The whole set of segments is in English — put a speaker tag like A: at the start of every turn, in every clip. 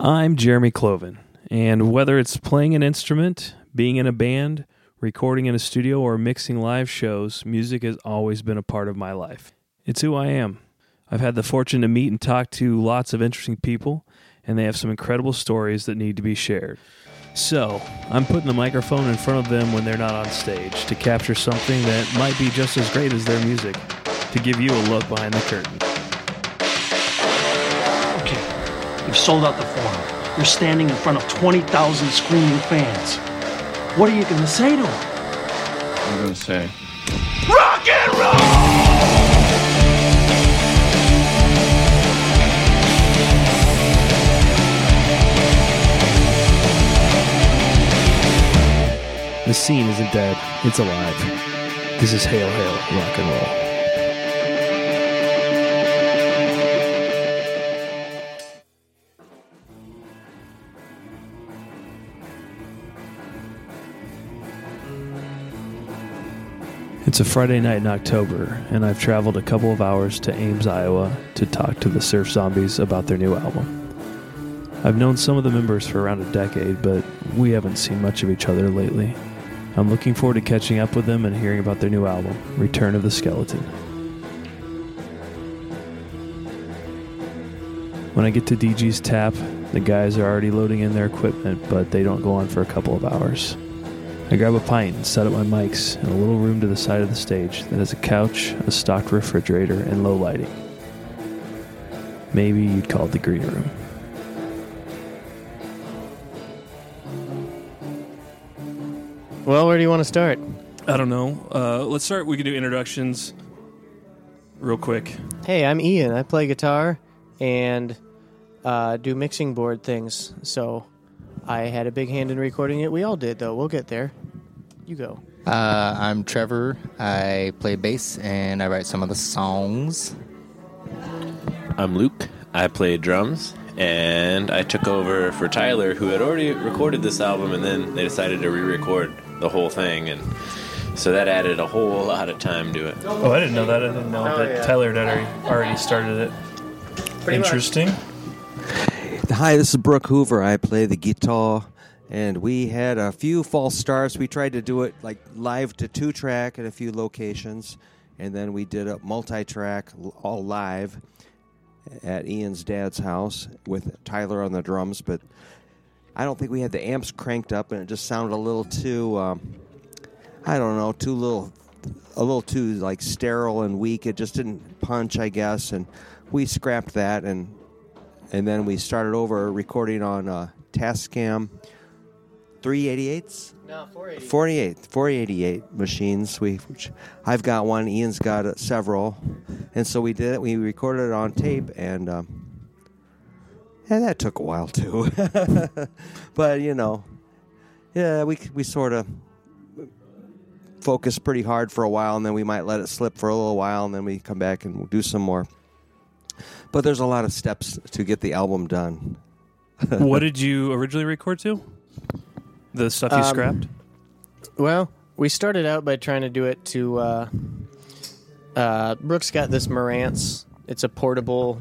A: I'm Jeremy Cloven, and whether it's playing an instrument, being in a band, recording in a studio, or mixing live shows, music has always been a part of my life. It's who I am. I've had the fortune to meet and talk to lots of interesting people, and they have some incredible stories that need to be shared. So, I'm putting the microphone in front of them when they're not on stage to capture something that might be just as great as their music, to give you a look behind the curtain.
B: Okay, you've sold out the forum. You're standing in front of 20,000 screaming fans. What are you going to say to them?
C: I'm gonna say.
B: Rock and roll!
A: The scene isn't dead, it's alive. This is Hail Hail Rock and Roll. It's a Friday night in October, and I've traveled a couple of hours to Ames, Iowa to talk to the Surf Zombies about their new album. I've known some of the members for around a decade, but we haven't seen much of each other lately. I'm looking forward to catching up with them and hearing about their new album, Return of the Skeleton. When I get to DG's tap, the guys are already loading in their equipment, but they don't go on for a couple of hours. I grab a pint and set up my mics in a little room to the side of the stage that has a couch, a stocked refrigerator, and low lighting. Maybe you'd call it the green room.
D: Well, where do you want to start?
A: I don't know. Uh, let's start. We can do introductions real quick.
D: Hey, I'm Ian. I play guitar and uh, do mixing board things. So I had a big hand in recording it. We all did, though. We'll get there. You go.
E: Uh, I'm Trevor. I play bass and I write some of the songs.
F: I'm Luke. I play drums, and I took over for Tyler, who had already recorded this album, and then they decided to re-record the whole thing, and so that added a whole lot of time to it.
A: Oh, I didn't know that. I didn't know that
D: yeah.
A: Tyler had already, already started it. Interesting.
G: Hi, this is Brooke Hoover. I play the guitar, and we had a few false starts. We tried to do it like live to two track at a few locations, and then we did a multi track all live at Ian's dad's house with Tyler on the drums. But I don't think we had the amps cranked up, and it just sounded a little too, um, I don't know, too little, a little too like sterile and weak. It just didn't punch, I guess, and we scrapped that and and then we started over recording on uh, Tascam 388s,
D: No, 480.
G: 48, 488 machines. We, which I've got one. Ian's got uh, several, and so we did it. We recorded it on tape, and um, and that took a while too. but you know, yeah, we we sort of focused pretty hard for a while, and then we might let it slip for a little while, and then we come back and do some more. But there's a lot of steps to get the album done.
A: what did you originally record to? The stuff you
D: Um,
A: scrapped?
D: Well, we started out by trying to do it to. Uh, uh, Brooks got this Marantz. It's a portable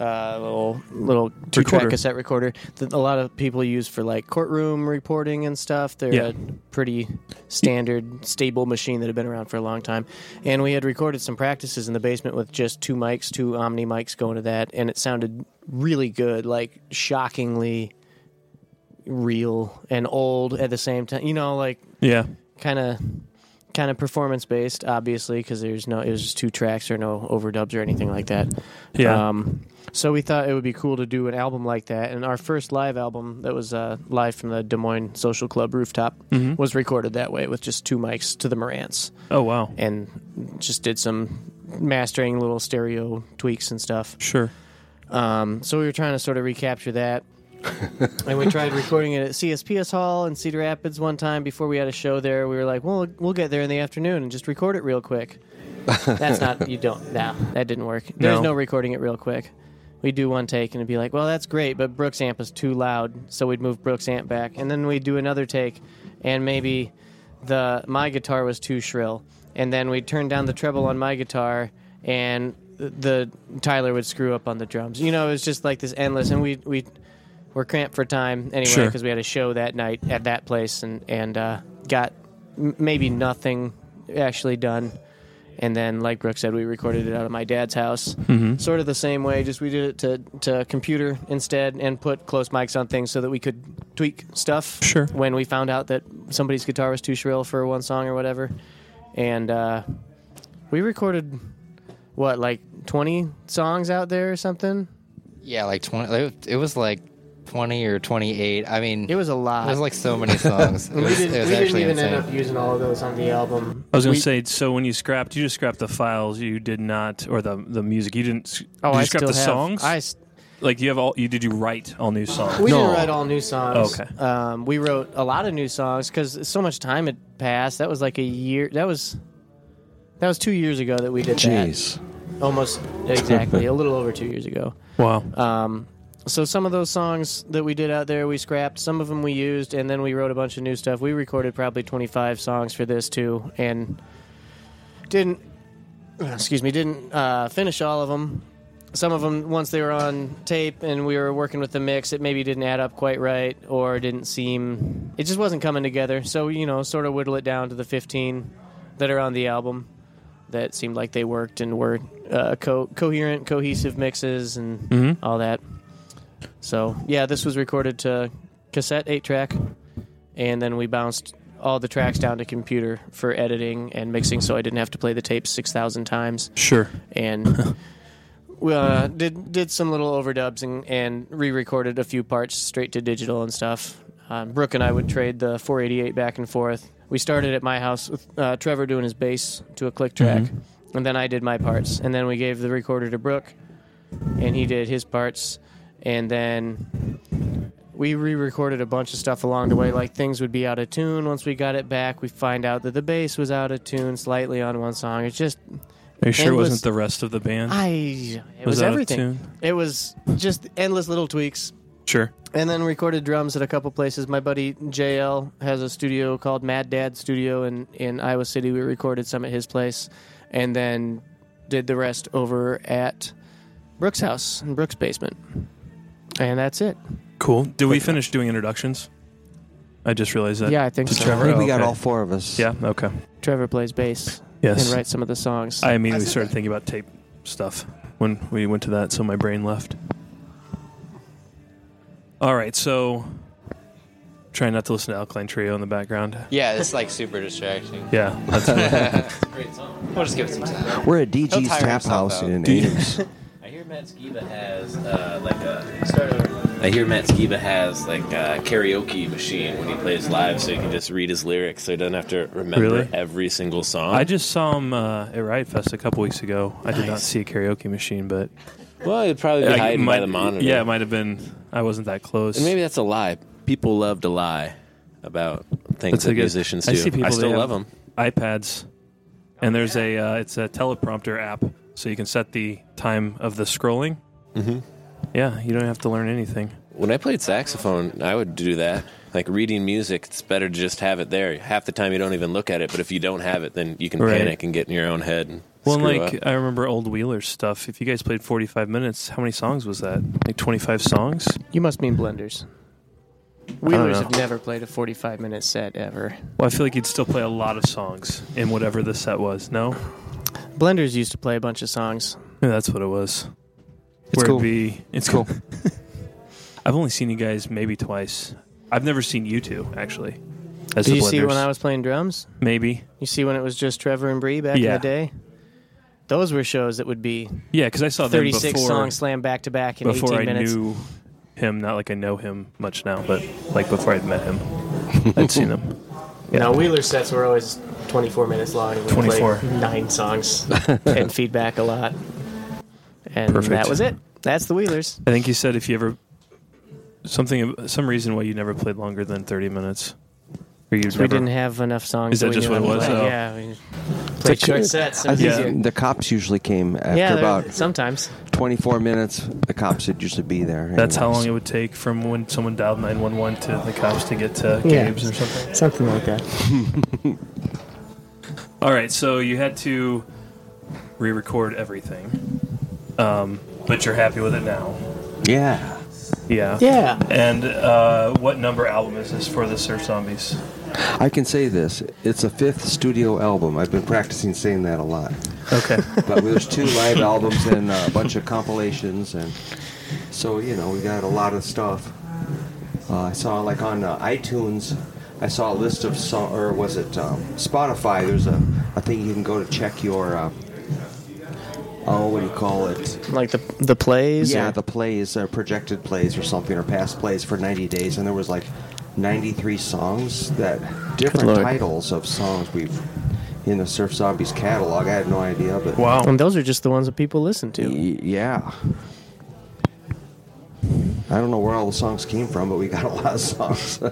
D: uh, little little two track
A: Recorder.
D: cassette recorder that a lot of people use for like courtroom reporting and stuff. They're
A: Yeah.
D: a pretty standard, stable machine that had been around for a long time. And we had recorded some practices in the basement with just two mics, two Omni mics going to that, and it sounded really good, like shockingly real and old at the same time. You know, like
A: Yeah.
D: kind of kind of performance based obviously because there's no it was just two tracks or no overdubs or anything like that
A: Yeah.
D: um, so we thought it would be cool to do an album like that and our first live album that was uh, live from the des moines social club rooftop was recorded that way with just two mics to the morants
A: oh, wow.
D: and just did some mastering little stereo tweaks and stuff
A: Sure.
D: um, so we were trying to sort of recapture that. and we tried recording it at CSPS Hall in Cedar Rapids one time before we had a show there. We were like, "Well, we'll get there in the afternoon and just record it real quick." That's not you don't. No, that didn't work. There's
A: No.
D: no recording it real quick. We do one take and it'd be like, "Well, that's great, but Brooks amp is too loud," so we'd move Brooks amp back, and then we'd do another take, and maybe the my guitar was too shrill, and then we'd turn down the treble on my guitar, and the Tyler would screw up on the drums. You know, it was just like this endless, and we we we're cramped for time anyway
A: Sure.
D: because we had a show that night at that place and and uh, got m- maybe nothing actually done. And then, like Brooke said, we recorded it out of my dad's house,
A: Mm-hmm.
D: sort of the same way. Just we did it to to computer instead and put close mics on things so that we could tweak stuff.
A: Sure.
D: When we found out that somebody's guitar was too shrill for one song or whatever, and uh, we recorded what like twenty songs out there or something.
E: Yeah, like 20. it- It was like 20 or 28. I mean,
D: It was a lot.
E: there's like so many songs. It
D: we
E: was,
D: didn't,
E: it was
D: we didn't
E: actually
D: even
E: insane.
D: end up using all of those on the album.
A: I was going
D: We-
A: to say, so when you scrapped, you just scrapped the files. You did not, or the the music. You didn't. s-
D: Oh,
A: did you
D: I
A: scrap
D: still
A: the
D: have,
A: songs.
D: I s-
A: like you have all. You did you write all new songs?
D: We
G: No.
D: didn't write all new songs.
A: Okay.
D: Um, we wrote a lot of new songs because so much time had passed. That was like a year. That was that was two years ago that we did
G: Jeez.
D: that. Almost exactly, a little over two years ago.
A: Wow.
D: Um, so some of those songs that we did out there, we scrapped. Some of them we used, and then we wrote a bunch of new stuff. We recorded probably 25 songs for this too, and didn't. Excuse me, didn't uh, finish all of them. Some of them, once they were on tape and we were working with the mix, it maybe didn't add up quite right or didn't seem. It just wasn't coming together. So, you know, sort of whittle it down to the 15 that are on the album that seemed like they worked and were uh, co- coherent, cohesive mixes and all that. So yeah, this was recorded to cassette eight track, and then we bounced all the tracks down to computer for editing and mixing, so I didn't have to play the tape six thousand times.
A: Sure.
D: And we uh, did did some little overdubs and, and re-recorded a few parts straight to digital and stuff. Um, Brooke and I would trade the 488 back and forth. We started at my house with uh, Trevor doing his bass to a click track, and then I did my parts, and then we gave the recorder to Brooke and he did his parts and then we re-recorded a bunch of stuff along the way like things would be out of tune once we got it back we find out that the bass was out of tune slightly on one song it's just
A: Are you sure it
D: Endless-
A: wasn't the rest of the band?
D: i it was,
A: Was out of
D: everything
A: tune?
D: it was just endless little tweaks
A: sure.
D: and then recorded drums at a couple places. My buddy JL has a studio called Mad Dad Studio in, in Iowa City. We recorded some at his place and then did the rest over at Brooks' house in Brooks' basement. And that's it.
A: Cool. Did we finish doing introductions? I just realized that.
D: yeah, I think
A: Just
D: so.
A: Trevor?
G: I think we
A: Oh,
G: got
A: okay.
G: all four of us.
A: Yeah. Okay.
D: Trevor plays bass
A: Yes.
D: and writes some of the songs.
A: I immediately started thinking about tape stuff when we went to that, so my brain left. All right, so try not to listen to Alkaline Trio in the background.
E: Yeah, it's like super distracting.
A: Yeah, that's fine.
E: We'll just give it some time.
G: We're at DG's
E: tire
G: Tap
E: himself
G: House
E: out.
G: in
A: Do you-
G: Ames.
F: I hear Matt Skiba has uh, like a. I hear Matt Skiba has like a karaoke machine when he plays live, so he can just read his lyrics, so he doesn't have to remember
A: Really?
F: every single song.
A: I just saw him uh, at Riot Fest a couple weeks ago. I did not
F: Nice.
A: see a karaoke machine, but
F: well, it'd probably be
A: I-
F: hiding
A: might-
F: by the monitor.
A: Yeah, it might have been. I wasn't that close.
F: and maybe that's a lie. People love to lie about things
A: That's
F: that
A: a good-
F: musicians do.
A: I see people.
F: still
A: they have
F: love them.
A: iPads, and there's a uh, it's a teleprompter app, so you can set the time of the scrolling. Mm-hmm. Yeah, you don't have to learn anything.
F: When I played saxophone, I would do that. Like reading music, it's better to just have it there. Half the time you don't even look at it, but if you don't have it, then you can
A: Right.
F: panic and get in your own head. And
A: Well, and,
F: screw
A: like
F: up.
A: I remember old Wheeler's stuff. If you guys played 45 minutes, how many songs was that? Like 25 songs?
D: you must mean Blenders. Wheelers
A: know.
D: have never played a 45 minute set ever.
A: Well, I feel like you'd still play a lot of songs in whatever the set was. No,
D: Blenders used to play a bunch of songs.
A: Yeah, that's what it was. It's Where
E: cool.
A: It'd be, it's cool. I've only seen you guys maybe twice. I've never seen you two actually. As
D: Did
A: the
D: you see
A: Blenders.
D: when I was playing drums?
A: maybe?
D: You see, when it was just Trevor and Bree back
A: Yeah.
D: in the day, those were shows that would be
A: Yeah, because I saw them
D: 36
A: before,
D: songs slammed back to back in
A: before
D: 18
A: I
D: minutes.
A: knew him. Not like I know him much now, but like before I'd met him, I'd seen him.
D: Now Wheeler sets were always 24 minutes long. And we
A: 24.
D: played nine songs and feedback a lot, and
A: Perfect.
D: that was it. That's the Wheelers.
A: I think you said if you ever something some reason why you never played longer than thirty minutes, or you
D: We didn't have enough songs.
A: Is that
D: we
A: just
D: knew
A: what it was, Oh.
D: how to play.
A: though?
D: Yeah, we played
G: It's a-
D: short sets.
G: I
D: It was
G: think
D: easier.
G: the cops usually came after
D: yeah, there-
G: about
D: sometimes.
G: 24 minutes. The cops would usually be there.
A: That's how
G: anyways.
A: long it would take from when someone dialed nine one one to the cops to get to
D: Yeah.
A: Gabe's or something.
D: Something like that.
A: All right, so you had to re-record everything, um, but you're happy with it now.
G: Yeah.
A: Yeah.
D: Yeah.
A: And uh, what number album is this for the Surf Zombies?
G: I can say this. It's a fifth studio album. I've been practicing saying that a lot.
A: Okay.
G: But there's two live albums and uh, a bunch of compilations, and so you know we got a lot of stuff. Uh, I saw like on uh, iTunes, I saw a list of song, or was it um, Spotify? There's a, a thing you can go to check your. Uh, oh, what do you call it?
D: Like the the plays.
G: Yeah,
D: or-
G: the plays, uh, projected plays or something, or past plays for 90 days, and there was like 93 songs that different
D: lord.
G: titles of songs we've in the Surf Zombies catalog. I had no idea, but
A: Wow.
D: and those are just the ones that people listen to.
G: Y- yeah. I don't know where all the songs came from, but we got a lot of songs.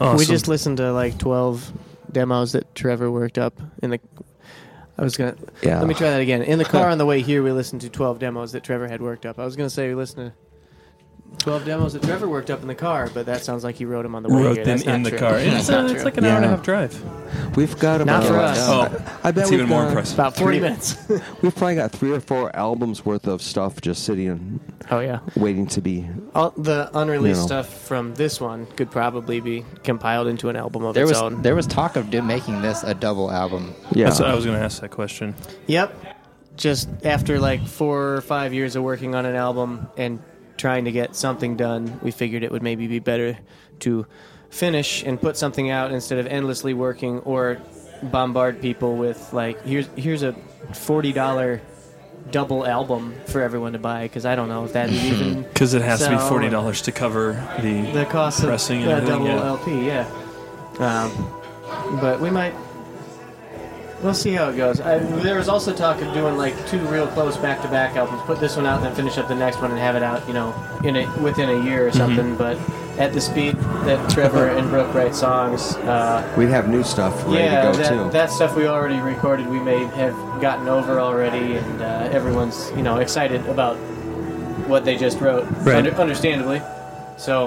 A: Awesome.
D: We just listened to like 12 demos that Trevor worked up in the. I was gonna.
G: Yeah.
D: Let me try that again. In the car on the way here, we listened to 12 demos that Trevor had worked up. I was gonna say we listened to 12 demos that Trevor worked up in the car, but that sounds like he wrote them on the way
A: wrote
D: here.
A: them
D: That's not
A: in the
D: true.
A: car. It's,
D: That's not
A: uh,
D: true.
A: it's like an hour and a
G: Yeah.
A: half drive.
G: we've got about
D: Not
G: uh,
D: for us.
A: Oh,
G: I bet
A: it's
G: we've
A: even more
G: got-
A: impressive.
D: about 40
G: Three-
D: minutes.
G: We've probably got three or four albums worth of stuff just sitting
D: oh yeah.
G: and waiting to be.
D: All the unreleased
G: You know.
D: stuff from this one could probably be compiled into an album of
E: There
D: its
E: was
D: own.
E: there was talk of do- making this a double album.
G: Yeah,
A: That's, uh, I was going to ask that question.
D: Yep. Just after like four or five years of working on an album and trying to get something done, we figured it would maybe be better to finish and put something out instead of endlessly working or bombard people with like here's here's a forty dollar double album for everyone to buy because I don't know if that is even
A: Because it has to be
D: So-
A: forty dollars to cover the.
D: the cost of
A: Pressing and
D: yeah,
A: everything,
D: double
A: yeah.
D: LP, yeah. Um, but we might. We'll see how it goes. I, there was also talk of doing like two real close back-to-back albums. Put this one out, then finish up the next one, and have it out, you know, in a, within a year or
A: Mm-hmm.
D: something. But at the speed that Trevor and Brooke write songs, uh,
G: we'd have new stuff ready
D: yeah,
G: to go too.
D: that, that stuff we already recorded, we may have gotten over already, and uh, everyone's you know excited about what they just wrote,
A: Right.
D: under, understandably. So,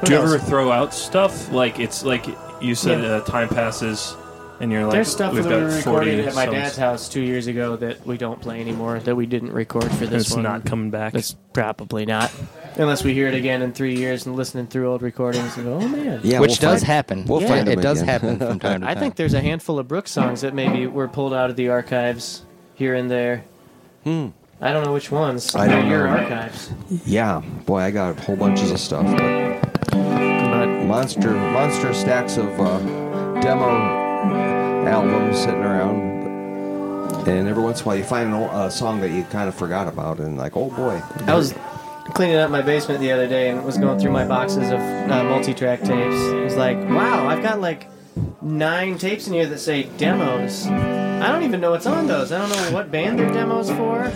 D: who
A: Do you
D: knows?
A: ever throw out stuff like it's like you said
D: Yeah.
A: uh, time passes and you're like
D: There's stuff
A: we've
D: that we
A: got forty
D: recorded at my
A: songs
D: dad's house two years ago that we don't play anymore, that we didn't record for
A: and
D: this
A: it's
D: one.
A: not coming back.
D: It's probably not. Unless we hear it again in three years and listening through old recordings and go, oh man.
G: yeah,
E: which
G: we'll
E: does
G: find-
E: happen.
G: We'll
E: Yeah,
G: find
E: it
G: 'em
E: does
G: again.
E: happen from time to
D: I
E: time.
D: think there's a handful of Brooks songs that maybe were pulled out of the archives here and there. Hmm. I don't know which ones.
G: I
D: They're
G: don't
D: your
G: know.
D: archives.
G: Yeah, boy, I got whole bunches of stuff. But
D: But
G: monster, monster stacks of uh, demo albums sitting around, and every once in a while you find an old, a song that you kind of forgot about, and like, oh boy,
D: I was cleaning up my basement the other day and was going through my boxes of uh, multi-track tapes. I was like, wow, I've got like nine tapes in here that say demos. I don't even know what's on those. I don't know what band they're demos for.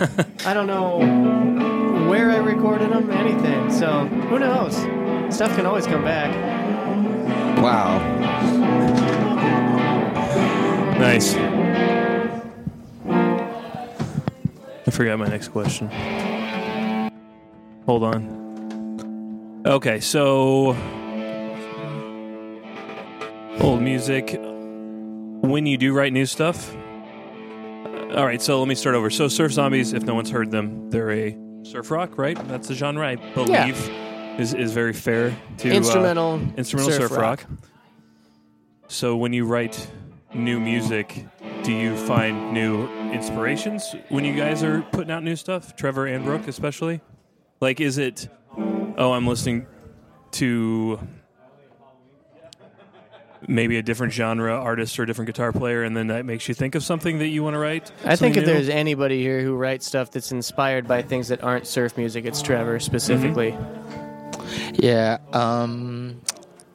D: I don't know where I recorded them, anything. So who knows? Stuff can always come back.
G: wow,
A: nice. I forgot my next question. Hold on. Okay, so old music. When you do write new stuff. Uh, All right, so let me start over. So surf zombies, if no one's heard them, they're a surf rock, right? That's the genre I believe is is very fair to uh,
D: Instrumental
A: instrumental surf,
D: surf
A: rock.
D: rock.
A: So when you write new music, do you find new inspirations when you guys are putting out new stuff? Trevor and Brooke, especially. Like, is it? Oh, I'm listening to maybe a different genre artist or a different guitar player, and then that makes you think of something that you want to write.
D: I think
A: Something
D: if
A: new?
D: there's anybody here who writes stuff that's inspired by things that aren't surf music, it's Trevor specifically.
E: Yeah. Um,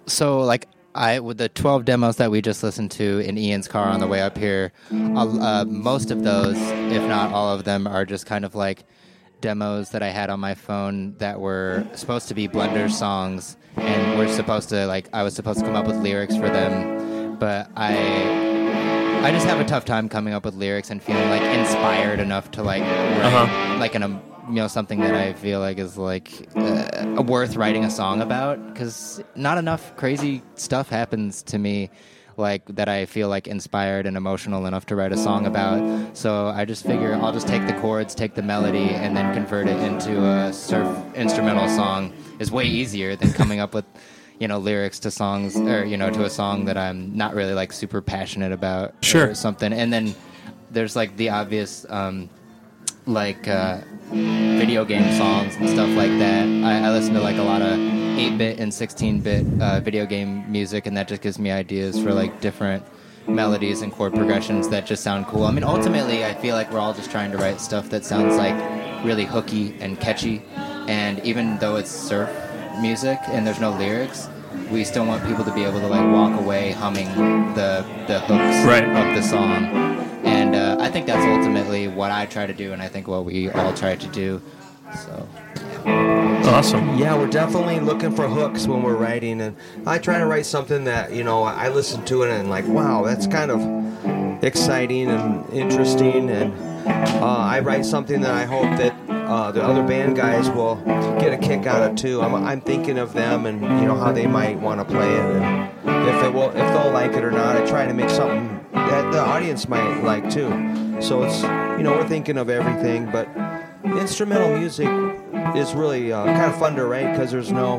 E: so like I with the twelve demos that we just listened to in Ian's car on the way up here, uh, uh, most of those, if not all of them, are just kind of like demos that I had on my phone that were supposed to be Blender songs and were supposed to like I was supposed to come up with lyrics for them, but I. I just have a tough time coming up with lyrics and feeling like inspired enough to like write like an um, you know something that I feel like is like uh, worth writing a song about because not enough crazy stuff happens to me. like that I feel like inspired and emotional enough to write a song about. So I just figure I'll just take the chords, take the melody, and then convert it into a surf instrumental song. Is way easier than coming up with, you know, lyrics to songs or you know to a song that I'm not really like super passionate about
A: Sure.
E: or something. And then there's like the obvious. Um, like uh, video game songs and stuff like that. I, I listen to like a lot of 8-bit and 16-bit uh, video game music, and that just gives me ideas for like different melodies and chord progressions that just sound cool. I mean, ultimately, I feel like we're all just trying to write stuff that sounds like really hooky and catchy, and even though it's surf music and there's no lyrics. We still want people to be able to like walk away humming the the hooks
A: Right.
E: of the song. And uh, I think that's ultimately what I try to do, and I think what we all try to do. So,
A: Awesome.
G: Yeah, we're definitely looking for hooks when we're writing, and I try to write something that you know I listen to it and like, wow, that's kind of exciting and interesting, and uh, I write something that I hope that uh, the other band guys will get a kick out of too. I'm, I'm thinking of them and you know how they might want to play it, and if they will, if they'll like it or not. I try to make something that the audience might like too. So it's you know we're thinking of everything, but instrumental music it's really uh, kind of fun to write because there's no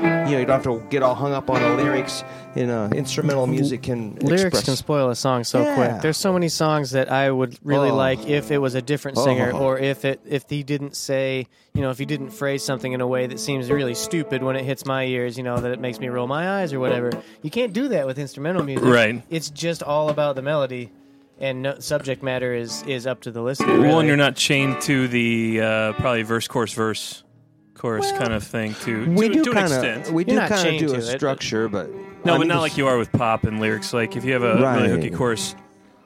G: you know you don't have to get all hung up on the lyrics in uh, instrumental music can
D: Lyrics
G: express
D: can spoil a song so
G: Yeah.
D: quick. There's so many songs that I would really
G: Oh.
D: like if it was a different singer,
G: Oh.
D: or if it if he didn't say, you know, if he didn't phrase something in a way that seems really stupid when it hits my ears, you know, that it makes me roll my eyes or whatever. You can't do that with instrumental music.
A: Right.
D: It's just all about the melody, and no, subject matter is is up to the listener.
A: Well,
D: really.
A: and you're not chained to the uh, probably verse, chorus, verse, chorus kind of thing. To
G: we
A: to,
G: do
A: to an
G: kind
A: extent.
G: of we
D: You're
G: do
D: not
G: kind of
D: chained
G: do
D: to
G: a
D: it, but-
G: strucking, but
A: No,
G: I
A: but
G: mean,
A: not
G: it's-
A: like you are with pop and lyrics. Like if you have a really hooky
G: Right.
A: chorus,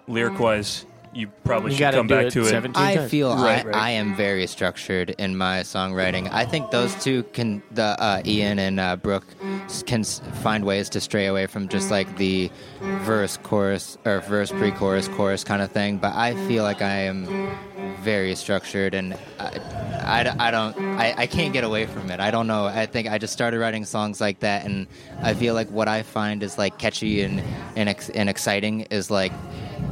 A: lyric wise, you probably
D: You
A: should
D: gotta
A: come
D: do
A: back
D: it
A: to it.
D: 17
E: I
D: times.
E: feel
A: Right,
E: I,
A: right.
E: I am very structured in my songwriting. I think those two can, the uh, Ian and uh, Brooke, s- can s- find ways to stray away from just like the verse, chorus, or verse, pre-chorus, chorus kind of thing. But I feel like I am very structured and I, I d- I don't I, I can't get away from it i don't know i think i just started writing songs like that and i feel like what i find is like catchy and and, ex- and exciting is like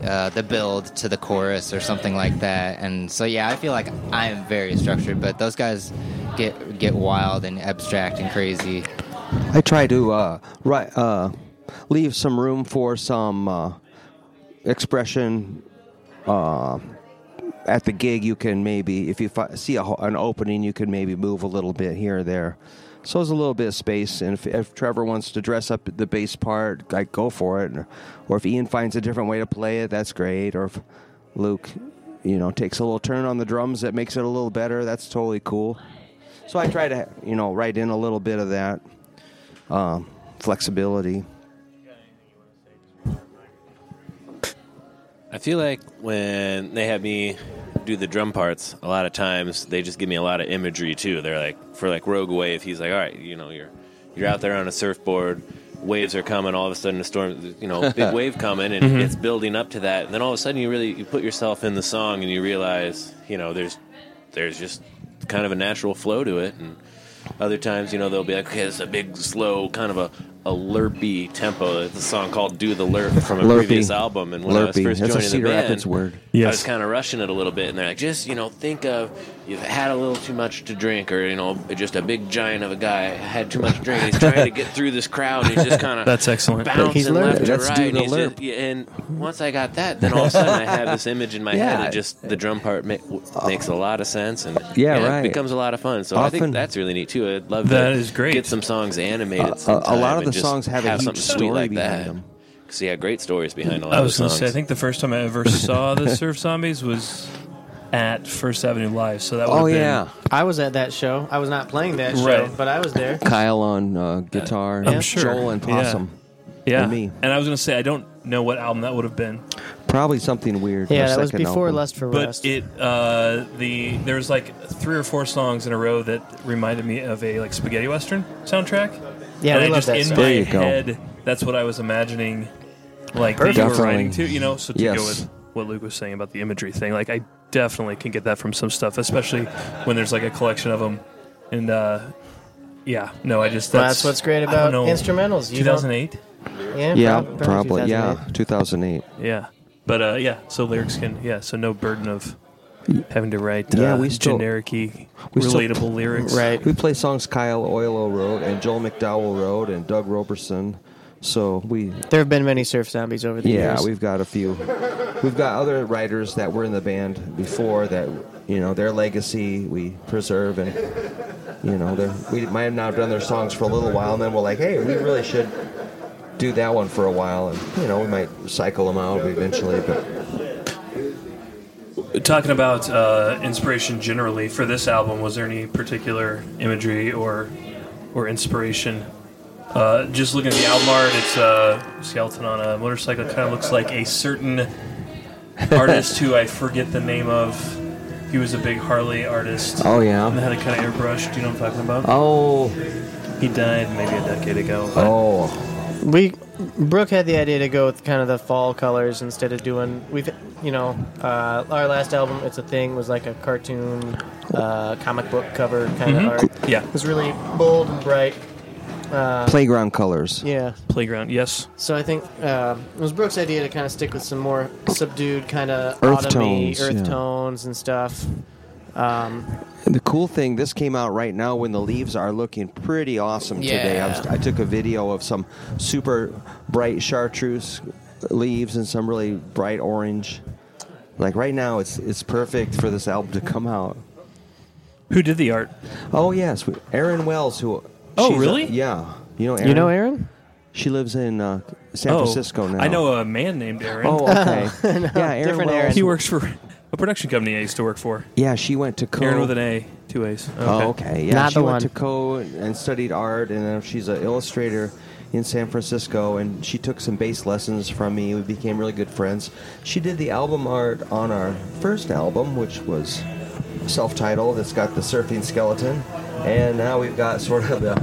E: uh, the build to the chorus or something like that and so yeah i feel like i am very structured but those guys get get wild and abstract and crazy
G: I try to uh, write, uh, leave some room for some uh, expression uh, at the gig. You can maybe, if you fi- see a, ho- an opening, you can maybe move a little bit here or there. So there's a little bit of space, and if, if Trevor wants to dress up the bass part, like go for it. Or, or if Ian finds a different way to play it, that's great. Or if Luke, you know, takes a little turn on the drums that makes it a little better, that's totally cool. So I try to, you know, write in a little bit of that um, flexibility.
F: I feel like when they have me do the drum parts, a lot of times they just give me a lot of imagery too. They're like, for like Rogue Wave, he's like, all right, you know, you're you're out there on a surfboard, waves are coming, all of a sudden a storm, you know, big wave coming, and it's building up to that, and then all of a sudden you really you put yourself in the song and you realize, you know, there's there's just kind of a natural flow to it, and other times, you know, they'll be like, okay, it's a big, slow, kind of a, a lurpy tempo. It's a song called Do the Lurp from a
G: Lurpy.
F: previous album. And when I was
G: Lurpy.
F: first
G: That's a
F: joining
G: Cedar
F: the band,
G: Rapids word.
A: Yes.
F: I was kind of rushing it a little bit. And they're like, just, you know, think of you've had a little too much to drink or, you know, just a big giant of a guy had too much to drink. He's trying to get through this crowd. And he's just kind of
A: That's excellent.
F: Bouncing
D: He's
F: left
D: lurping.
F: to
G: That's
F: right.
G: Do
F: and
G: the
F: he's just-
G: Lurp.
F: yeah, and once I got that, then all of a sudden I have this image in my head
G: Yeah.
F: of just the drum part ma- w- makes a lot of sense. And
G: Yeah,
F: and
G: right.
F: It becomes a lot of fun. So I
G: Often-
F: think that's really neat too. I'd love
A: That
F: to
A: is great.
F: Get some songs animated.
G: a- a lot
F: sometime
G: of
F: and
G: the
F: just
G: songs have a huge
F: something sweet
G: story
F: like
G: behind
F: that.
G: them.
F: Cause yeah, great stories behind a lot
A: I was
F: of
A: going
F: the
A: to say, I
F: songs.
A: think the first time I ever saw the Surf Zombies was at First Avenue Live. So that would have
G: Oh
A: been
G: yeah,
D: I was at that show. I was not playing that show,
A: Right.
D: but I was there.
G: Kyle on uh, guitar.
A: I'm sure.
G: Joel and
A: Yeah.
G: Possum.
A: yeah.
G: And me.
A: And I was going to say, I don't know what album that would have been,
G: Probably something weird.
D: Yeah,
G: our
D: that was
G: second
D: before
G: album.
D: Lust for
A: but
D: Rest.
A: it uh, the there was like three or four songs in a row that reminded me of a like spaghetti western soundtrack.
D: yeah,
A: and
D: we
A: I
D: love
A: just
D: that
A: in
D: song.
G: There
A: my
G: you go.
A: head, that's what I was imagining, like that you were
G: Definitely.
A: writing to, you know. So to go
G: Yes.
A: with what Luke was saying about the imagery thing, like I definitely can get that from some stuff, especially when there's like a collection of them, and uh, yeah, no, I just
D: Well,
A: that's,
D: that's what's great
A: I
D: about
A: don't know,
D: instrumentals. You don't-
A: 2008.
D: Yeah,
G: yeah,
D: prob-
G: probably. Yeah,
D: 2008.
G: 2008.
A: Yeah, but uh, yeah, so lyrics can yeah, so no burden of having to write uh,
G: Yeah, we still-
A: generic-y,
G: we still-
A: relatable lyrics.
D: Right.
G: We play songs Kyle Oilo wrote and Joel McDowell wrote and Doug Roberson. So we,
D: There have been many surf zombies over the
G: yeah,
D: years.
G: we've got a few. We've got other writers that were in the band before that, you know, their legacy we preserve and, you know, they're- we might have not done their songs for a little while and then we're like, hey, we really should do that one for a while and, you know, we might cycle them out eventually. But
A: Talking about uh, inspiration generally for this album, was there any particular imagery or or inspiration? Uh, just looking at the album art, it's a skeleton on a motorcycle. Kind of looks like a certain artist who I forget the name of. He was a big Harley artist.
G: Oh,
A: And
G: yeah.
A: had a kind of airbrush. Do you know what I'm talking about?
G: Oh,
A: He died maybe a decade ago. but-
G: oh,
D: We Brooke had the idea to go with kind of the fall colors instead of doing we've you know uh, our last album it's a thing was like a cartoon uh, comic book cover kind
A: Mm-hmm.
D: of art.
A: Yeah.
D: It was really bold and bright.
G: playground colors.
D: Yeah.
A: Playground. Yes.
D: So I think uh, it was Brooke's idea to kind of stick with some more subdued kind of
G: Earth
D: autumny
G: tones,
D: earth
G: yeah.
D: tones and stuff. Um,
G: And the cool thing, this came out right now when the leaves are looking pretty awesome today. I, was,
D: Yeah.
G: I took a video of some super bright chartreuse leaves and some really bright orange. Like right now, it's it's perfect for this album to come out.
A: Who did the art?
G: Oh yes, we- Erin Wells. Who?
A: Oh,
G: she's a-
A: really?
G: yeah. You know Erin.
D: you know, Aaron.
G: She lives in uh, San Francisco now.
A: Oh, I know a man named Aaron.
G: Oh, okay. yeah, Erin
D: different Erin.
G: Wells.
A: he works for a production company I used to work for.
G: Yeah, she went to Co.
A: Aaron with an A, two A's.
G: Oh, okay. Yeah,
D: Not
G: she
D: the
G: went
D: one.
G: to Co and studied art, and then she's an illustrator in San Francisco. And she took some bass lessons from me. We became really good friends. She did the album art on our first album, which was self-titled. It's got the surfing skeleton, and now we've got sort of the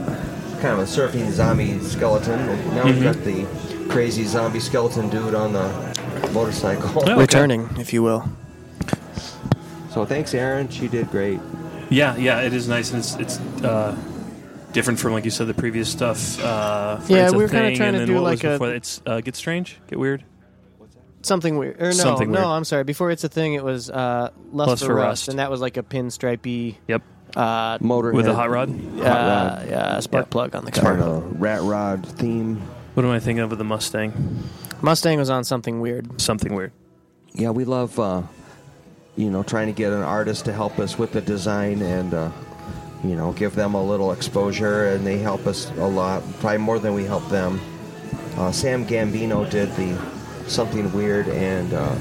G: kind of a surfing zombie skeleton. And now we've got
D: Mm-hmm.
G: the crazy zombie skeleton dude on the motorcycle.
A: Yeah. Okay.
D: Returning, if you will.
G: So thanks, Aaron. She did great.
A: Yeah, yeah, it is nice, and it's it's uh, different from like you said the previous stuff. Uh, for
D: Yeah,
A: It's a
D: we were kinda
A: Thing,
D: trying
A: and
D: to
A: then
D: do
A: what was
D: like a-
A: before that? It's uh, get strange, get weird.
D: Something weird. Or no,
A: Something
D: no,
A: weird.
D: I'm sorry. Before it's a thing, it was uh, Lust,
A: Lust
D: for,
A: for
D: rust,
A: Rust.
D: and that was like a pinstripey
A: Yep,
D: uh,
G: Motor
A: with a hot rod.
G: Hot
D: uh, yeah, spark plug on the
G: Kind
D: cover.
G: of a rat rod theme.
A: What am I thinking of with the Mustang?
D: Mustang was on something weird.
A: Something weird.
G: yeah, we love uh, you know trying to get an artist to help us with the design and uh, you know give them a little exposure, and they help us a lot, probably more than we help them. Uh, Sam Gambino did the something weird and uh,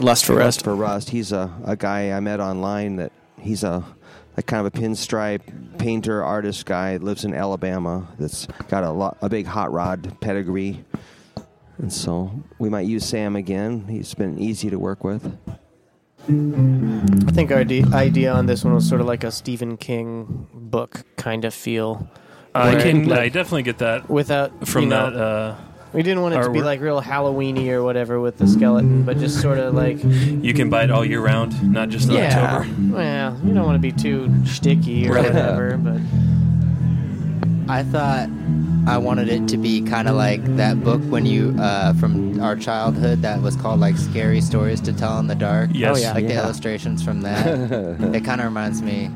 D: Lust for
G: Rust
D: Rust.
G: for Rust. He's a, a guy I met online that he's a, a kind of a pinstripe painter artist guy. Lives in Alabama. That's got a lot a big hot rod pedigree, and so we might use Sam again. He's been easy to work with.
D: I think our de- idea on this one was sort of like a Stephen King book kind of feel.
A: I
D: Right.
A: can,
D: Like-
A: I definitely get that
D: Without
A: from
D: you know,
A: that. Uh,
D: we didn't want it to be
A: artwork.
D: like real Halloweeny or whatever with the skeleton, but just sort of like
A: you can buy it all year round, not just in
D: yeah,
A: October.
D: well, you don't want to be too sticky or
A: Right.
D: whatever. But oh
E: I thought I wanted it to be kind of like that book when you uh, from our childhood that was called like Scary Stories to Tell in the Dark.
A: Yes. Oh, yeah.
E: like the
G: Yeah.
E: illustrations from that. it kind of reminds me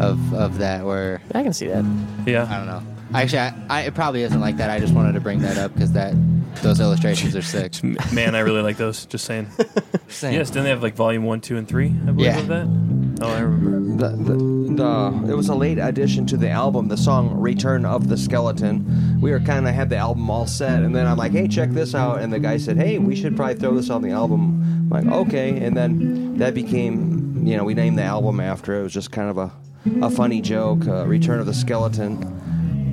E: of of that where
D: I can see that.
E: I
A: Yeah,
E: don't know. Actually, I, I, it probably isn't like that. I just wanted to bring that up because that those illustrations are sick.
A: man, I really like those. Just saying.
E: Same.
A: yes, didn't they have like volume one, two, and three? I believe
E: Yeah.
A: of that. Oh, I remember.
G: The, the, the it was a late addition to the album. The song "Return of the Skeleton." We were kind of had the album all set, and then I'm like, "Hey, check this out!" And the guy said, "Hey, we should probably throw this on the album." I'm like, "Okay," and then that became, you know, we named the album after it. It was just kind of a, a funny joke, uh, "Return of the Skeleton."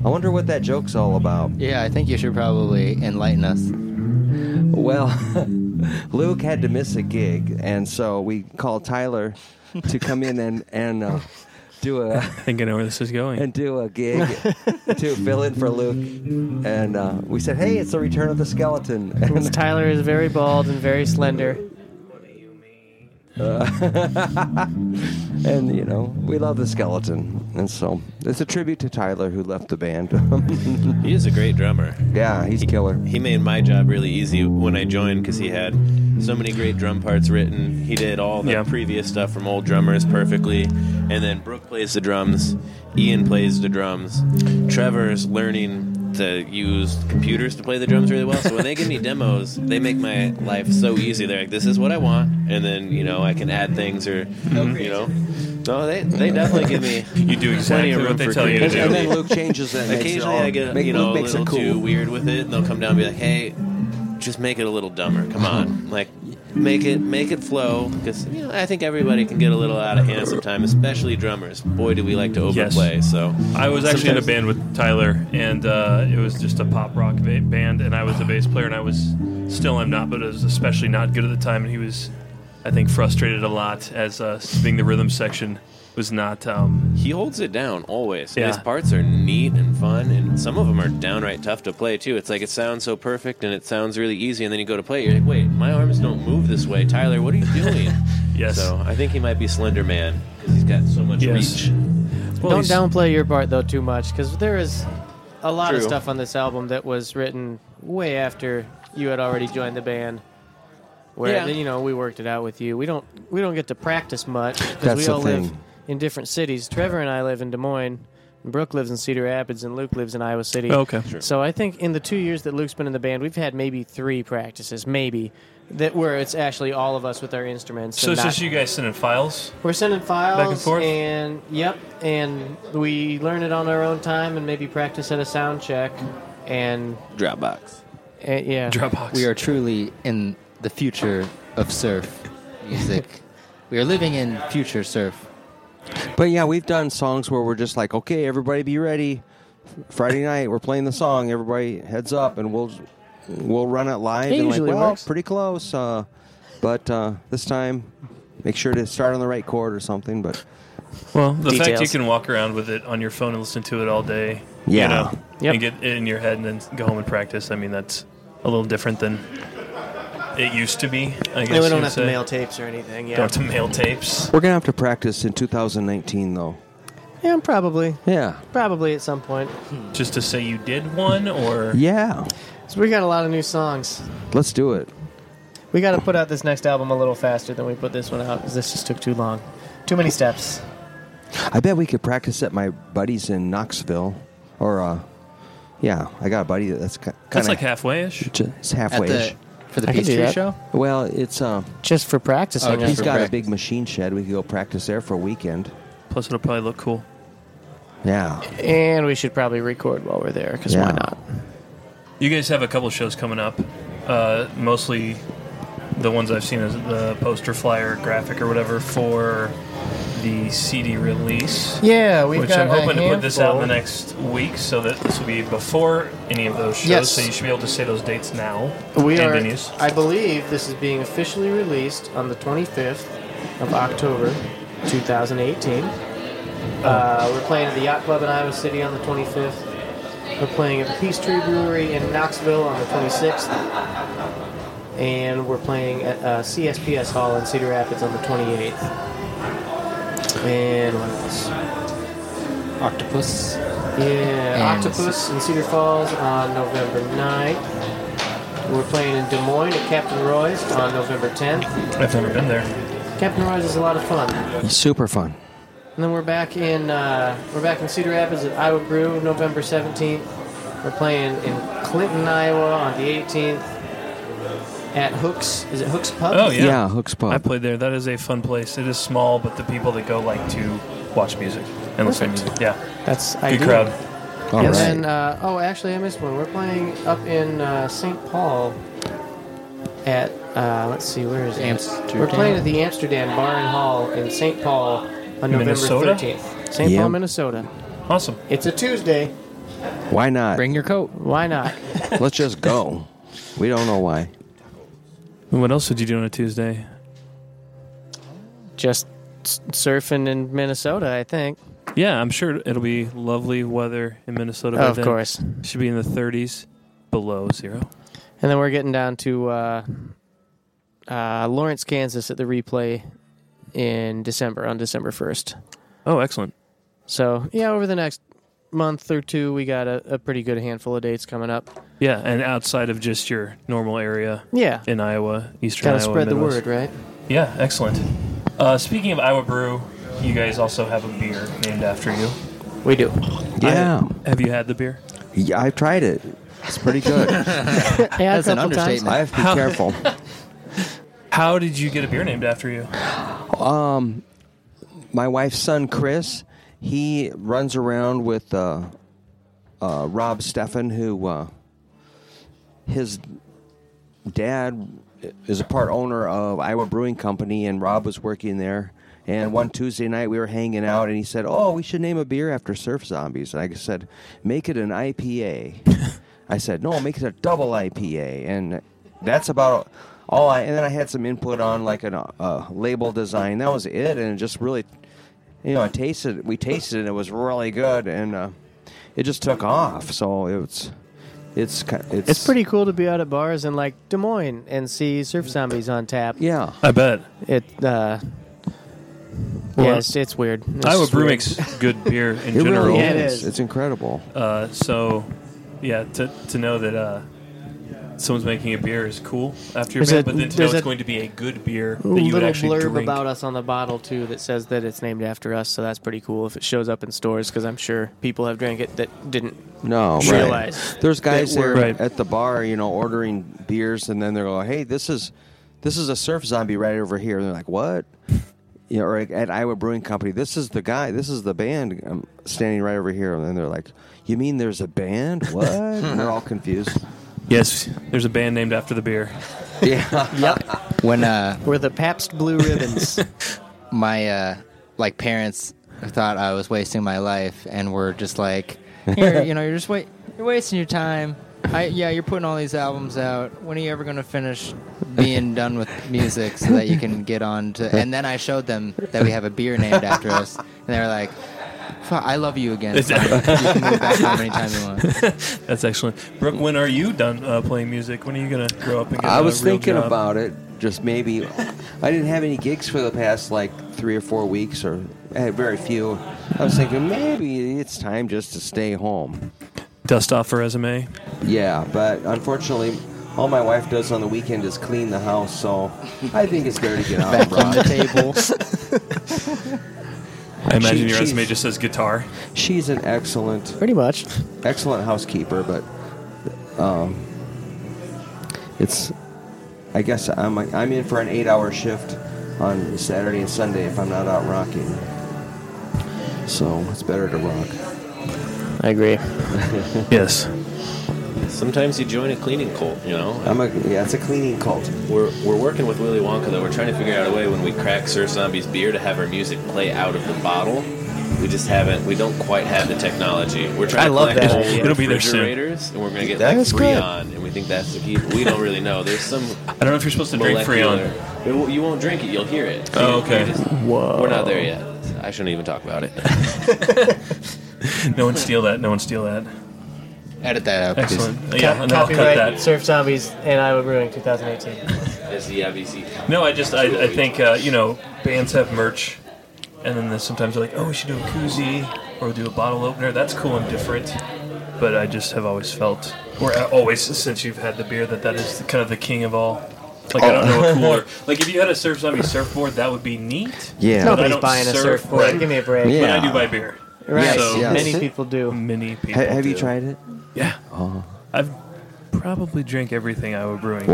G: I wonder what that joke's all about.
E: Yeah, I think you should probably enlighten us.
G: Well, Luke had to miss a gig, and so we called Tyler to come in and and uh, do a.
A: I think I know where this is going.
G: and do a gig to fill in for Luke. And uh, we said, "Hey, it's the return of the skeleton."
D: Because
G: And
D: Tyler is very bald and very slender.
G: And you know, we love the skeleton, and so it's a tribute to Tyler who left the band.
F: He is a great drummer.
G: yeah, he's killer.
F: He made my job really easy when I joined because he had so many great drum parts written. He did all the
H: Yeah.
F: previous stuff from old drummers perfectly. And then Brooke plays the drums, Ian plays the drums, Trevor's learning to use computers to play the drums really well. So when they give me demos, they make my life so easy. They're like, this is what I want. And then, you know, I can add things or, you know. No, they, they definitely give me
A: You do exactly
F: room
A: what they
F: for
A: tell you to
G: And, and
F: creativity.
A: do.
G: then Luke changes it. and makes it
F: Occasionally,
G: all-
F: I get
G: make-
F: you know
G: Luke
F: a
G: makes
F: little
G: it cool.
F: too weird with it, and they'll come down and be like, "Hey, just make it a little dumber. Come on, like make it make it flow." Because you know, I think everybody can get a little out of hand sometimes, especially drummers. Boy, do we like to
A: Yes.
F: overplay. So
A: I was actually in a
F: Sometimes-
A: band with Tyler, and uh, it was just a pop rock ba- band, and I was a bass player, and I was still am not, but I was especially not good at the time, and he was, I think, frustrated a lot as uh, being the rhythm section was not. Um,
F: he holds it down always.
A: Yeah.
F: His parts are neat and fun, and some of them are downright tough to play too. It's like it sounds so perfect and it sounds really easy, and then you go to play, you're like, "Wait, my arms don't move this way, Tyler. What are you doing?"
A: Yes.
F: So I think he might be Slender Man because he's got so much
A: Yes.
F: reach.
A: well,
D: Don't
A: he's-
D: downplay your part though too much, because there is a lot of
F: True.
D: stuff on this album that was written way after you had already joined the band. Where
F: Yeah.
D: you know we worked it out with you. We don't we don't get to practice much because
G: That's
D: we
G: the
D: all live
G: thing.
D: in different cities. Trevor and I live in Des Moines. and Brooke lives in Cedar Rapids, and Luke lives in Iowa City.
H: Okay.
D: So I think in the two years that Luke's been in the band, we've had maybe three practices, maybe that where it's actually all of us with our instruments.
A: So
D: and
A: it's
D: not-
A: just you guys sending files.
D: we're sending files
A: Back and forth?
D: yep, and we learn it on our own time and maybe practice at a sound check, and,
F: Dropbox.
D: and yeah,
A: Dropbox.
E: We are truly in the future of surf music. we are living in future surf.
G: But yeah, we've done songs where we're just like, okay, everybody be ready. Friday night, we're playing the song. Everybody heads up, and we'll we'll run it live.
D: It
G: and
D: usually
G: like, well,
D: works.
G: pretty close. Uh, but uh, this time, make sure to start on the right chord or something. But
H: Well,
A: The fact you
D: Details.
A: can walk around with it on your phone and listen to it all day,
G: Yeah.
A: you know,
D: Yep.
A: and get it in your head and then go home and practice. I mean, that's a little different than it used to be. I guess
D: and we
A: you
D: don't
A: would
D: have
A: say.
D: to mail tapes or anything. Yeah,
A: Don't have to mail tapes.
G: we're gonna have to practice in 2019, though.
D: yeah, probably,
G: Yeah,
D: probably at some point.
A: Just to say you did one, or
G: yeah.
D: So we got a lot of new songs.
G: Let's do it.
D: We got to put out this next album a little faster than we put this one out because this just took too long, too many steps.
G: I bet we could practice at my buddies in Knoxville, or uh, yeah, I got a buddy that's kind
A: that's
G: of
A: like halfway ish.
G: it's
E: At
G: halfway
E: the,
G: ish.
E: for the
D: I can do
E: Peachtree
D: that.
E: show?
G: Well, it's um.
D: Just for practicing.
E: Okay.
D: I
G: He's
E: for
D: think.
G: got
E: practice.
G: a big machine shed. We could go practice there for a weekend.
A: Plus, it'll probably look cool.
G: Yeah.
D: And we should probably record while we're there because why
G: Yeah.
D: not?
A: You guys have a couple shows coming up. Uh, mostly the ones I've seen as the poster flyer, graphic, or whatever for the CD release.
D: Yeah, we've
A: Which
D: got
A: I'm
D: a
A: hoping to put this out in the next
D: handful.
A: week, so that this will be before any of those shows.
D: Yes.
A: So you should be able to say those dates now.
D: We
A: and
D: are,
A: venues.
D: I believe this is being officially released on the 25th of October, 2018. Uh, we're playing at the Yacht Club in Iowa City on the 25th. We're playing at the Peace Tree Brewery in Knoxville on the 26th. And we're playing at uh, CSPS Hall in Cedar Rapids on the 28th. And what else?
E: Octopus.
D: Yeah,
E: And-
D: Octopus in Cedar Falls on November 9th. We're playing in Des Moines at Captain Roy's on November 10th.
A: I've never been there.
D: Captain Roy's is a lot of fun. And
G: Super fun.
D: then we're back in uh, we're back in Cedar Rapids at Iowa Brew November 17th. We're playing in Clinton, Iowa on the 18th. At Hooks, is it Hooks Pub?
A: Oh yeah.
G: Yeah, Hooks Pub.
A: I played there. That is a fun place. It is small, but the people that go like to watch music and listen to music. Yeah,
D: that's
A: good
D: ideal.
A: crowd.
G: All
D: and
G: right.
D: then, uh, oh, actually, I missed one. We're playing up in uh, St. Paul at, uh, let's see, where is it?
E: Amsterdam.
D: We're playing at the Amsterdam Bar and Hall in St. Paul on November
A: Minnesota?
D: 13th. St.
G: Yeah.
D: Paul, Minnesota.
A: Awesome.
D: It's a Tuesday.
G: why not?
E: Bring your coat.
D: Why not?
G: Let's just go. We don't know why.
H: And what else did you do on a Tuesday?
D: Just s- surfing in Minnesota, I think.
H: Yeah, I'm sure it'll be lovely weather in Minnesota. by
D: Oh, of
H: then.
D: course.
H: should be in the 30s, below zero.
D: And then we're getting down to uh, uh, Lawrence, Kansas at the replay in December on December first.
A: Oh, excellent.
D: So yeah, over the next month or two, we got a, a pretty good handful of dates coming up.
A: Yeah, and outside of just your normal area
D: Yeah,
A: in Iowa, Eastern
D: gotta
A: Iowa,
D: spread the
A: Midwest.
D: word, right?
A: Yeah, excellent. Uh, speaking of Iowa Brew, you guys also have a beer named after you.
D: We do.
G: Yeah.
A: Have you had the beer?
G: yeah, I've tried it. It's pretty good.
D: Yeah,
E: That's an understatement.
G: I have to be careful.
A: How did you get a beer named after you?
G: My wife's son, Chris, he runs around with uh, uh, Rob Steffen, who uh, his dad is a part owner of Iowa Brewing Company, and Rob was working there. And one Tuesday night, we were hanging out, and he said, "Oh, we should name a beer after surf zombies." And I said, "Make it an IPA." I said, "No, make it a double IPA," and that's about all. I and then I had some input on like a uh, label design. That was it, and it just really, you know, I tasted. We tasted it. It was really good, and uh, it just took off. So it's, it's, ki- it's,
D: It's pretty cool to be out at bars in like Des Moines and see surf zombies on tap.
G: Yeah.
A: I bet.
D: It uh yeah, it's, it's weird. It's
A: Iowa
D: just
A: Brew
D: weird.
A: makes good beer in
G: It
A: general.
G: really
D: Yeah, it
G: is.
D: is.
G: It's incredible.
A: Uh, so, yeah, to, to know that uh, someone's making a beer is cool after your
D: There's
A: band,
D: a-
A: but then to know
D: there's
A: it's
D: a
A: going to be a good beer
D: A
A: that you would
D: little
A: actually
D: blurb
A: drink.
D: about us on the bottle too that says that it's named after us, so that's pretty cool if it shows up in stores because I'm sure people have drank it that didn't.
G: No, right.
D: Realize
G: There's guys
D: that
G: there
D: we're-
A: Right.
G: at the bar, you know, ordering beers, and then they're going, "Hey, this is, this is a surf zombie right over here." And they're like, "What?" You know, or like at Iowa Brewing Company, this is the guy, this is the band um, standing right over here, and then they're like, "You mean there's a band? What?" and they're all confused.
A: Yes, there's a band named after the beer.
G: Yeah,
E: When uh,
D: We're the Pabst Blue Ribbons.
E: my uh, like parents thought I was wasting my life and were just like, you're, you know, you're just wait, you're wasting your time. I, yeah, you're putting all these albums out. When are you ever going to finish being done with music so that you can get on to? And then I showed them that we have a beer named after us, and they were like, "Fu- "I love you again." Sonny. you can move back how many times you want.
A: That's excellent. Brooke, when are you done uh, playing music? When are you going to grow up and get
G: I was
A: a real
G: thinking
A: job?
G: about it. Just maybe, I didn't have any gigs for the past like three or four weeks, or I had very few. I was thinking maybe it's time just to stay home.
A: Dust off a resume.
G: Yeah, but unfortunately, all my wife does on the weekend is clean the house, so I think it's better to get out and
E: From the
G: rock.
E: table.
A: I imagine your
G: she's-
A: resume just says guitar.
G: She's an excellent,
D: Pretty much.
G: excellent housekeeper, but um, it's. I guess I'm I'm in for an eight-hour shift on Saturday and Sunday if I'm not out rocking. So it's better to rock.
D: I agree.
A: Yes.
F: Sometimes you join a cleaning cult, you know.
G: I'm a yeah, it's a cleaning cult.
F: We're, we're working with Willy Wonka though. We're trying to figure out a way when we crack Sir Zombie's beer to have our music play out of the bottle. We just haven't. We don't quite have the technology. We're trying
D: I
F: to
D: love
F: collect
D: that
F: old
D: idea.
A: It'll be there soon.
F: refrigerators, and we're gonna get like
D: That's good.
F: Freon, and we think that's the key. but We don't really know. There's some
A: I don't know if you're supposed to drink
F: molecular.
A: Freon.
F: It won't- You won't drink it. You'll hear it.
A: Oh, okay.
F: You just-
D: Whoa.
F: We're not there yet. I shouldn't even talk about it.
A: No one steal that. No one steal that.
E: Edit that out. please.
A: Excellent. Yeah, and I'll cut
D: Copyright
A: that.
D: Surf Zombies and Iowa Brewing 2018.
F: As the IBC.
A: No, I just I, I think uh, you know bands have merch, and then there's sometimes they're like, oh, we should do a koozie or we'll do a bottle opener. That's cool and different. But I just have always felt, or I- always since you've had the beer, that that is kind of the king of all. Like I don't know a cooler. like if you had a surf zombie surfboard, that would be neat. But
G: Yeah.
A: I
D: Nobody's
A: don't
D: buying a
A: surf,
D: surfboard.
A: right.
D: Give me a break.
G: Yeah.
A: But I do buy beer.
D: Right.
A: So-
G: yes.
D: Many people do.
A: Many people.
G: Ha- have you
A: do.
G: tried it?
A: Yeah. I've probably drank everything Iowa Brewing.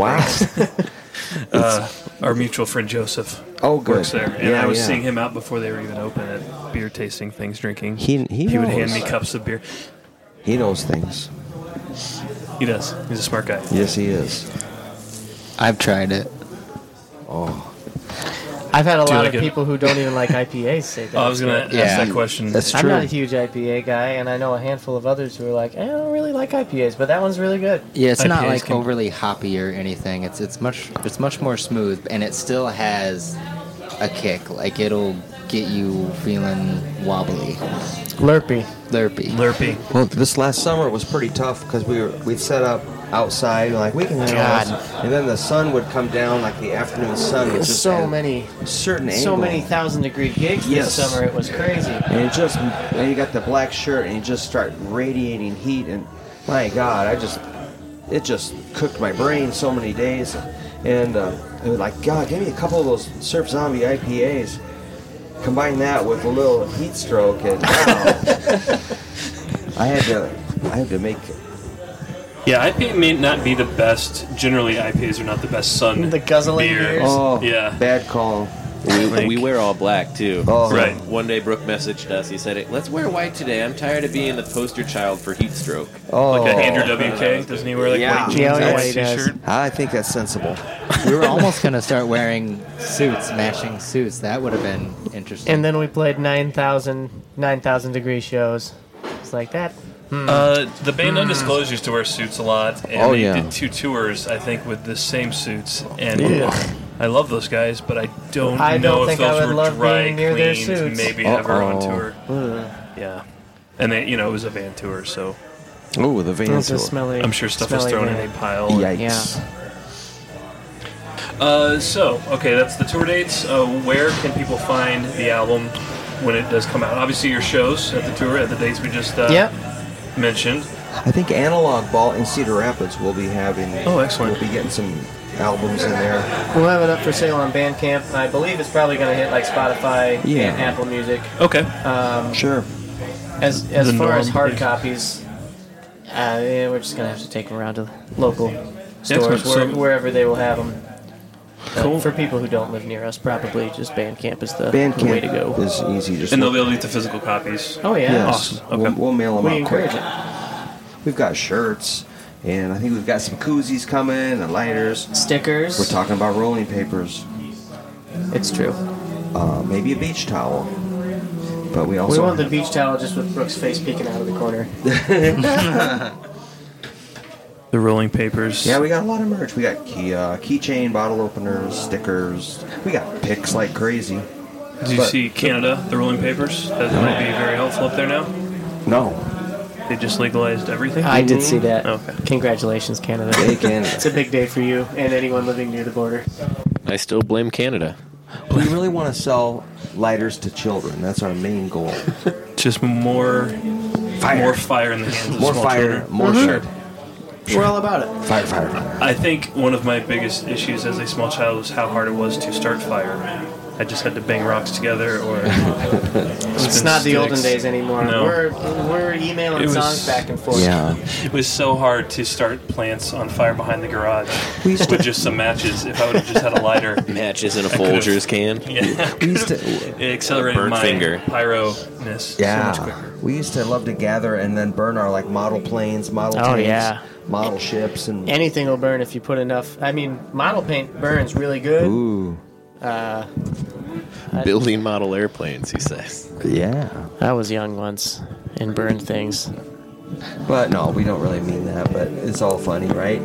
A: Uh, our mutual friend Joseph
G: Oh, good.
A: works there, and
G: Yeah,
A: I was
G: yeah.
A: seeing him out before they were even open at beer tasting things, drinking.
G: He- he
A: would hand
G: knows.
A: me cups of beer.
G: He knows things.
A: He does. He's a smart guy.
G: Yes, he is.
E: I've tried it.
D: I've had a
A: Do
D: lot
A: I
D: of
A: get-
D: people who don't even like IPAs say that.
A: Oh, I was gonna
E: Yeah.
A: ask that question.
G: That's true.
D: I'm not a huge IPA guy, and I know a handful of others who are like, "Eh, I don't really like IPAs, but that one's really good.
E: Yeah, it's not
A: IPAs
E: like
A: can-
E: overly hoppy or anything. It's it's much it's much more smooth, and it still has a kick. Like it'll get you feeling wobbly,
D: Lurpy.
E: lurpy.
A: Lurpy.
G: Well, this last summer was pretty tough because we were we set up outside. Like we can handle
D: God.
G: this. And then the sun would come down, like the afternoon sun would just
D: So
G: at
D: many,
G: a certain
D: so
G: angle.
D: many thousand degree gigs
G: Yes.
D: this summer. It was crazy.
G: and it just and you got the black shirt and you just start radiating heat and my god i just it just cooked my brain so many days and uh, it was like god give me a couple of those surf zombie ipas combine that with a little heat stroke and wow, i had to i had to make
A: Yeah, IPA may not be the best. Generally, IPAs are not the best sun.
D: The guzzling beers.
G: oh
A: Yeah.
G: bad call
F: We, we wear all black too.
G: oh
A: Right.
F: One day, Brooke messaged us. He said, "Let's wear white today. I'm tired of being the poster child for heat stroke."
G: oh
A: Like that Andrew WK doesn't he wear like
G: Yeah.
A: white jeans
D: Yeah,
A: and
D: yeah,
A: a
D: he
A: white
D: does.
A: t-shirt?
G: i think that's sensible
E: We were almost gonna start wearing suits, matching suits. That would have been interesting.
D: And then we played 9,000 9,000 degree shows. It's like that.
A: Uh, the band Undisclosed used to wear suits a lot, and
G: Oh,
A: they
G: yeah.
A: did two tours, I think, with the same suits. And
D: Yeah.
A: I love those guys, but I don't
D: I
A: know
D: don't
A: if
D: think I
A: those
D: would
A: were
D: love
A: dry
D: being near their
A: cleans.
D: suits.
A: Maybe ever on
G: Uh-oh.
A: tour. Yeah, and they, you know, it was a van tour, so
G: oh the van
D: It's a smelly.
A: I'm sure stuff was
D: smelly
A: thrown in
D: band.
A: a pile.
G: yikes
A: Uh, so okay, that's the tour dates. Uh, where can people find the album when it does come out? Obviously, your shows at the tour at the dates we just uh,
D: Yep.
A: mentioned.
G: I think Analog Ball in Cedar Rapids will be having.
A: Oh, excellent.
G: We'll be getting some albums in there.
D: We'll have it up for sale on Bandcamp. I believe it's probably going to hit like Spotify
G: Yeah.
D: and Apple Music.
A: Okay,
G: Sure.
D: As as
A: The
D: far
A: norm,
D: as hard
A: yeah.
D: copies, uh, yeah, we're just gonna have to take them around to local
A: Excellent.
D: stores where,
A: So-
D: wherever they will have them. Cool. For people who don't live near us, probably just Bandcamp is the
G: Bandcamp
D: way to go.
G: is easy. Just
A: and they'll be able to get the physical copies.
D: Oh yeah,
G: yes.
A: Awesome. Okay.
G: We'll, we'll mail them
D: we
G: out quick.
D: encourage it.
G: We've got shirts, and I think we've got some koozies coming and lighters.
D: Stickers.
G: We're talking about rolling papers,
D: it's true.
G: uh, maybe a beach towel, but we
D: We
G: also
D: want the beach towel just with Brooke's face peeking out of the corner.
A: The rolling papers.
G: yeah we got a lot of merch. We got key, uh, keychain, bottle openers, stickers. We got picks like crazy.
A: Did you
G: But-
A: see Canada, the rolling papers? That might be very helpful up there now.
G: No,
A: They just legalized everything.
D: I did see that.
A: Okay.
D: Congratulations, Canada.
G: Hey, Canada.
D: It's a big day for you and anyone living near the border.
F: I still blame Canada.
G: We really want to sell lighters to children. That's our main goal.
A: Just more,
G: Fire.
A: more fire in the hands of
G: More
A: small
G: fire,
A: children.
G: more shirt.
D: We're all about it.
G: Fire, fire, fire.
A: I think one of my biggest issues as a small child was how hard it was to start fire. I just had to bang rocks together, or
D: It's not the olden days anymore.
A: No.
D: We're we're emailing
A: It was-
D: songs back and forth.
A: It was so hard to start plants on fire behind the garage with just some matches. If I would have just had a lighter,
F: Matches in a
A: could've-
F: Folgers can.
A: yeah,
G: We used to,
A: it accelerated
F: Burnt
A: my
F: finger.
A: pyro-ness
G: yeah.
A: so much quicker.
G: we used to love to gather and then burn our like model planes, model
D: Oh,
G: tanks,
D: yeah.
G: model ships, and
D: Anything will burn if you put enough. I mean, model paint burns really good.
G: ooh,
F: Building model airplanes, he says.
G: yeah.
D: I was young once and burned things.
G: But no, we don't really mean that. But it's all funny, right?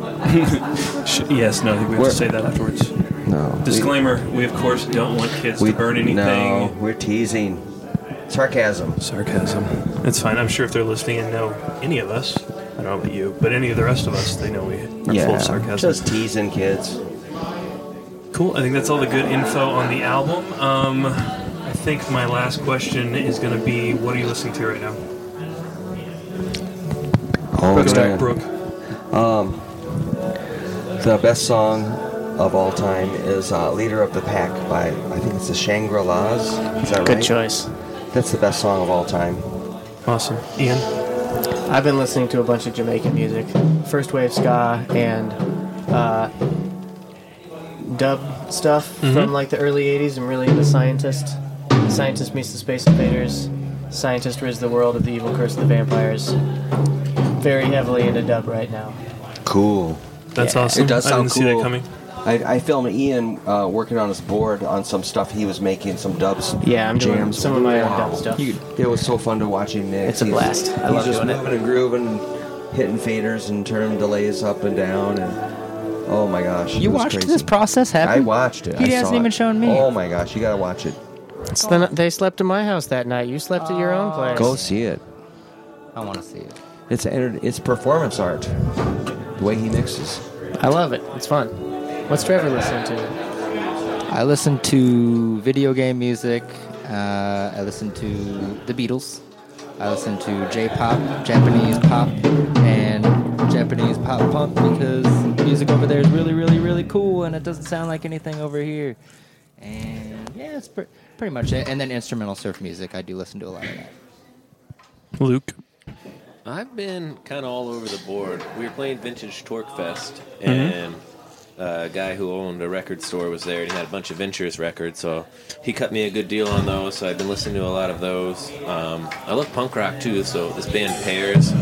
A: Sh- Yes, no, I think we have
G: We're-
A: to say that afterwards.
G: No.
A: Disclaimer: We, of course don't want kids to burn anything.
G: No, we're teasing. Sarcasm.
A: Sarcasm. It's fine. I'm sure if they're listening and know any of us, I don't know about you, but any of the rest of us, they know we are full of sarcasm.
G: Just teasing kids.
A: Cool. I think that's all the good info on the album. Um, I think my last question is going to be, what are you listening to right now?
G: Oh,
A: Brooke, start, Brooke.
G: The best song of all time is uh, "Leader of the Pack" by I think it's the Shangri Las. Is that
D: Good
G: right?
D: choice.
G: That's the best song of all time.
A: Awesome. Ian.
D: I've been listening to a bunch of Jamaican music, first wave ska and uh, dub stuff from like the early '80s. I'm really into Scientist. Scientist meets the Space Invaders. Scientist rids the world of the evil curse of the vampires. Very heavily into dub right now.
G: Cool.
A: That's awesome.
G: It does
A: I
G: sound
A: didn't see
G: cool.
A: that coming.
G: I, I filmed Ian uh, working on his board on some stuff he was making, some dubs.
D: Yeah, I'm doing
G: jams.
D: some of my own
G: Wow.
D: dub stuff.
G: You- it was so fun to watch him mix.
D: It's a
G: He's-
D: blast. I
G: He's,
D: love
G: just
D: doing it.
G: moving and grooving, and hitting faders and turning delays up and down, and oh my gosh,
E: you
G: it was
E: watched
G: crazy.
E: this process
G: I
E: happen.
G: watched it.
E: He
G: I
E: hasn't
G: saw
E: even
G: it.
E: shown me.
G: Oh my gosh, you gotta watch it.
D: It's the, they slept in my house that night. You slept at your own place.
G: Go see it.
E: I want to see it.
G: It's enter- it's performance art. the way he mixes.
D: I love it. It's fun. What's Trevor listening to?
E: I listen to video game music. Uh, I listen to the Beatles. I listen to J-pop, Japanese pop, and Japanese pop punk because music over there is really, really, really cool, and it doesn't sound like anything over here. And yeah, that's pre- pretty much it. And then instrumental surf music. I do listen to a lot of that.
A: Luke.
F: I've been kind of all over the board. We were playing Vintage Torque Fest, and uh, a guy who owned a record store was there, and he had a bunch of Ventures records, so he cut me a good deal on those. So I've been listening to a lot of those. Um, I love punk rock too, so this band Pairs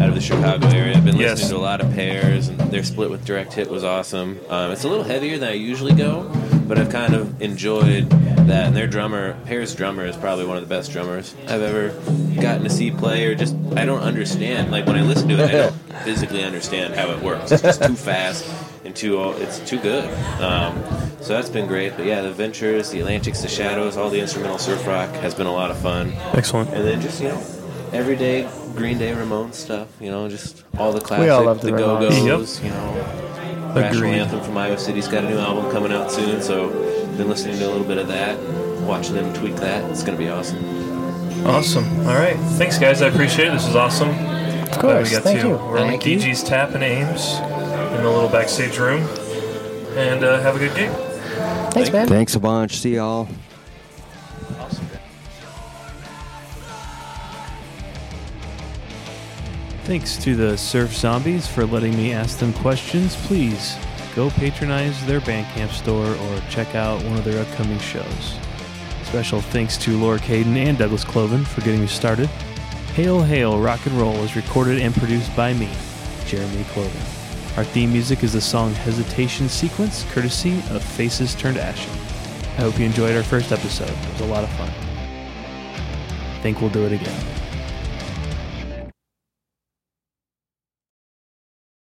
F: out of the Chicago area. I've been
I: Yes.
F: listening to a lot of Pairs, and their split with Direct Hit was awesome. Um, it's a little heavier than I usually go, but I've kind of enjoyed that. And their drummer, Pairs drummer, is probably one of the best drummers I've ever gotten to see play, or just I don't understand. Like when I listen to it, I don't physically understand how it works. It's just too fast and too it's too good. Um, so that's been great. But yeah, the Ventures, the Atlantics, the Shadows, all the instrumental surf rock has been a lot of fun.
A: Excellent.
F: And then just you know, everyday Green Day Ramones stuff. You know, just all the classics,
D: We all love the
F: Go
D: Ramones.
F: Go's. You know, Rational
A: Agreed.
F: Anthem from Iowa City's got a new album coming out soon, so been listening to a little bit of that, and watching them tweak that. It's gonna be awesome.
I: Awesome. All right. Thanks, guys. I appreciate it. This was awesome.
D: Of
I: Glad
D: course.
I: we got
D: Thank
I: to.
D: you.
I: We're on the DG's Tap and Ames in the little backstage room. And uh, have a good gig.
D: Thanks, man.
G: Thanks a bunch. See y'all.
A: Thanks to the Surf Zombies for letting me ask them questions. Please go patronize their Bandcamp store or check out one of their upcoming shows. Special thanks to Laura Caden and Douglas Cloven for getting me started. Hail Hail Rock and Roll is recorded and produced by me, Jeremy Cloven. Our theme music is the song Hesitation Sequence, courtesy of Faces Turned Ashen. I hope you enjoyed our first episode. It was a lot of fun. Think we'll do it again.